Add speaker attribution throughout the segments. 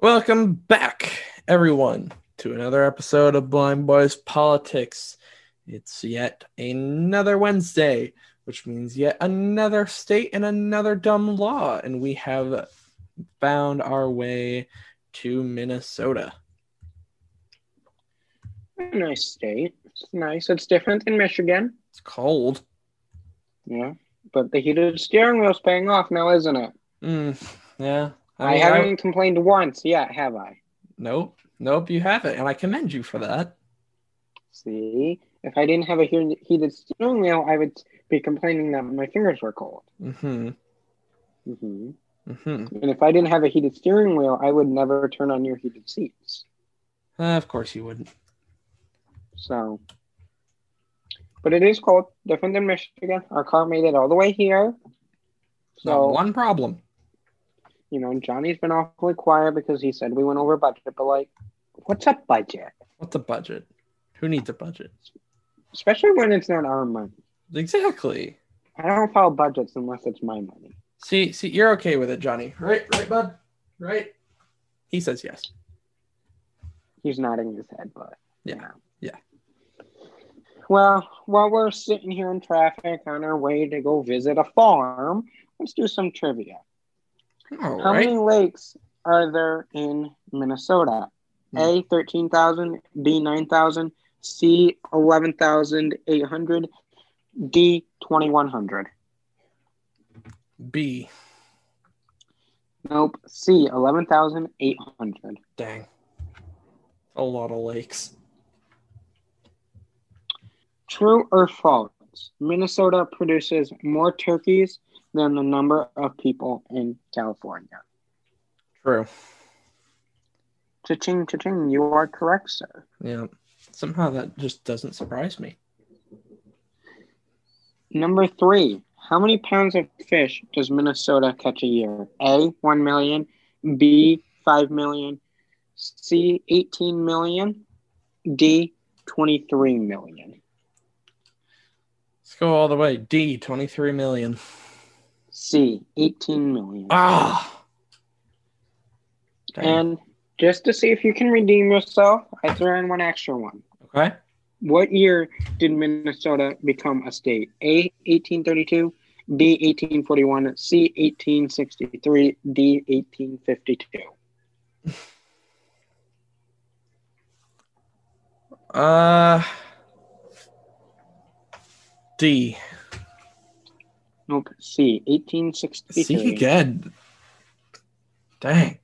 Speaker 1: Welcome back, everyone, to another episode of Blind Boys Politics. It's yet another Wednesday, which means yet another state and another dumb law, and we have found our way to Minnesota.
Speaker 2: A nice state. It's nice. It's different in Michigan.
Speaker 1: It's cold.
Speaker 2: Yeah. But the heated steering wheel's paying off now, isn't it?
Speaker 1: Mm, yeah.
Speaker 2: I,
Speaker 1: mean,
Speaker 2: haven't complained once yet, have I?
Speaker 1: Nope. Nope. You have it, and I commend you for that.
Speaker 2: See? If I didn't have a heated heated steering wheel, I would be complaining that my fingers were cold.
Speaker 1: Mm-hmm.
Speaker 2: hmm
Speaker 1: Mm-hmm.
Speaker 2: And if I didn't have a heated steering wheel, I would never turn on your heated seats.
Speaker 1: Uh, of course you wouldn't.
Speaker 2: So, but it is cold, different than Michigan. Our car made it all the way here.
Speaker 1: So
Speaker 2: So,
Speaker 1: one problem.
Speaker 2: you know, Johnny's been awfully quiet because he said we went over budget, but like, what's a budget?
Speaker 1: What's a budget? Who needs a budget?
Speaker 2: Especially when it's not our money.
Speaker 1: Exactly.
Speaker 2: I don't follow budgets unless it's my money.
Speaker 1: See, see, you're okay with it, Johnny. Right, right, bud. Right. He says yes.
Speaker 2: He's nodding his head, but
Speaker 1: Yeah. Yeah.
Speaker 2: Well, while we're sitting here in traffic on our way to go visit a farm, let's do some trivia.
Speaker 1: All
Speaker 2: How
Speaker 1: right.
Speaker 2: many lakes are there in Minnesota?
Speaker 1: Hmm.
Speaker 2: A thirteen thousand, B nine thousand, C eleven thousand eight hundred, D twenty one hundred.
Speaker 1: B.
Speaker 2: Nope. C eleven thousand eight hundred.
Speaker 1: Dang. A lot of lakes.
Speaker 2: True or false? Minnesota produces more turkeys than the number of people in California.
Speaker 1: True.
Speaker 2: Cha-ching, cha-ching. You are correct, sir.
Speaker 1: Yeah. Somehow that just doesn't surprise me.
Speaker 2: Number three, how many pounds of fish does Minnesota catch a year? A, 1 million, B, 5 million, C, 18 million, D, 23 million.
Speaker 1: Let's go all the way. D. Twenty-three million.
Speaker 2: C, 18 million.
Speaker 1: Ah. Dang.
Speaker 2: And just to see if you can redeem yourself, I threw in one extra one.
Speaker 1: okay.
Speaker 2: What year did Minnesota become a state? A, 1832, B, 1841, C, 1863, D, 1852.
Speaker 1: Uh. D.
Speaker 2: Nope. C, eighteen
Speaker 1: See
Speaker 2: sixty-three.
Speaker 1: again. Dang.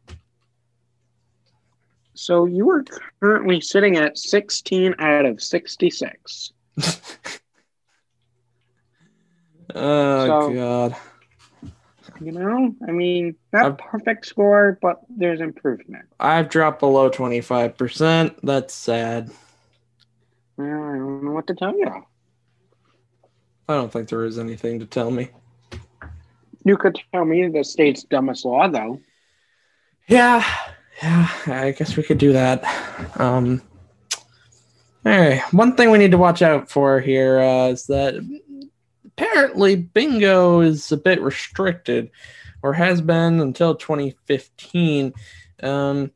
Speaker 2: So you are currently sitting at sixteen out of sixty-six.
Speaker 1: Oh
Speaker 2: So-
Speaker 1: God.
Speaker 2: You know, I mean, not
Speaker 1: I've-
Speaker 2: perfect score, but there's improvement.
Speaker 1: I've dropped below 25%. That's sad.
Speaker 2: Well, I don't know what to tell you.
Speaker 1: I don't think there is anything to tell me.
Speaker 2: You could tell me the state's dumbest law, though.
Speaker 1: Yeah. Yeah, I guess we could do that. Um all right. One thing we need to watch out for here uh, is that apparently bingo is a bit restricted, or has been until 2015. Um,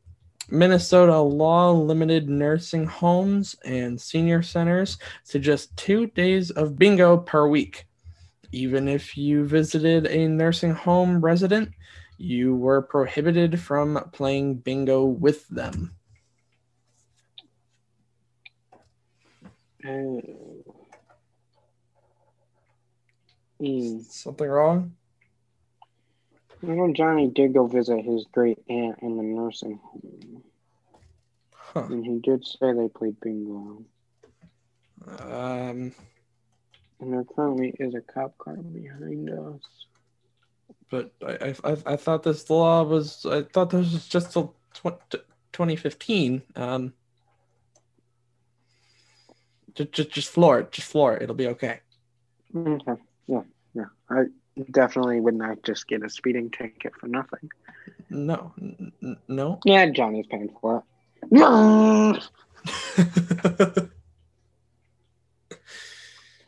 Speaker 1: Minnesota law limited nursing homes and senior centers to just two days of bingo per week. Even if you visited a nursing home resident, you were prohibited from playing bingo with them.
Speaker 2: Oh. Mm.
Speaker 1: Something wrong?
Speaker 2: Little Johnny did go visit his great aunt in the nursing home,
Speaker 1: Huh.
Speaker 2: and he did say they played bingo.
Speaker 1: Um,
Speaker 2: And there currently is a cop car behind us.
Speaker 1: but I, I, I- I thought this law was, I thought this was just till tw- t- 2015. Um, just, just, just floor it. Just floor it. It'll be okay.
Speaker 2: Okay. Yeah. Yeah. I definitely would not just get a speeding ticket for nothing.
Speaker 1: No, n- n- no.
Speaker 2: Yeah, Johnny's paying for it. No.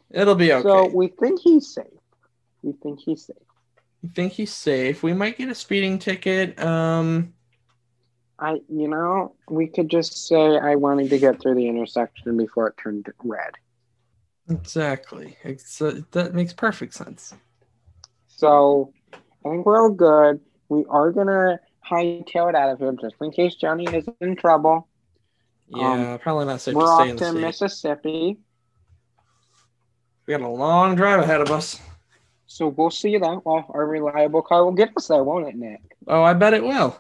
Speaker 1: It'll be okay.
Speaker 2: So we think he's safe. We think he's safe.
Speaker 1: I think he's safe. We might get a speeding ticket. Um,
Speaker 2: I, you know, we could just say I wanted to get through the intersection before it turned red.
Speaker 1: Exactly. It's, uh, that makes perfect sense.
Speaker 2: So I think we're all good. We are gonna hightail it out of here just in case Johnny is in trouble.
Speaker 1: Yeah, probably not safe
Speaker 2: Um, we're
Speaker 1: to stay
Speaker 2: off
Speaker 1: in
Speaker 2: to
Speaker 1: the state.
Speaker 2: Mississippi.
Speaker 1: we got a long drive ahead of us.
Speaker 2: So we'll see that. Well, our reliable car will get us there, won't it, Nick?
Speaker 1: Oh, I bet it will.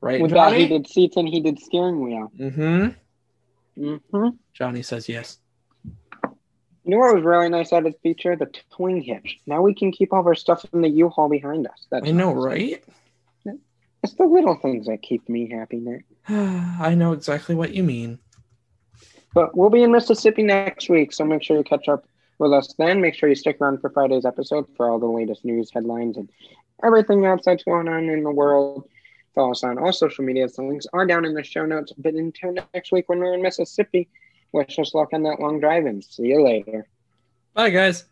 Speaker 1: Right,
Speaker 2: With that
Speaker 1: Johnny?
Speaker 2: heated seats and heated steering wheel.
Speaker 1: Mm-hmm.
Speaker 2: Mm-hmm.
Speaker 1: Johnny says yes.
Speaker 2: You know what was really nice out of this feature? The towing hitch. Now we can keep all of our stuff in the U-Haul behind us. That's
Speaker 1: I know,
Speaker 2: nice.
Speaker 1: right?
Speaker 2: It's the little things that keep me happy, Nick.
Speaker 1: I know exactly what you mean.
Speaker 2: But we'll be in Mississippi next week, so make sure you catch up with us then. Make sure you stick around for Friday's episode for all the latest news, headlines, and everything else that's going on in the world. Follow us on all social media. The links are down in the show notes. But until next week, when we're in Mississippi, wish us luck on that long drive and see you later.
Speaker 1: Bye, guys.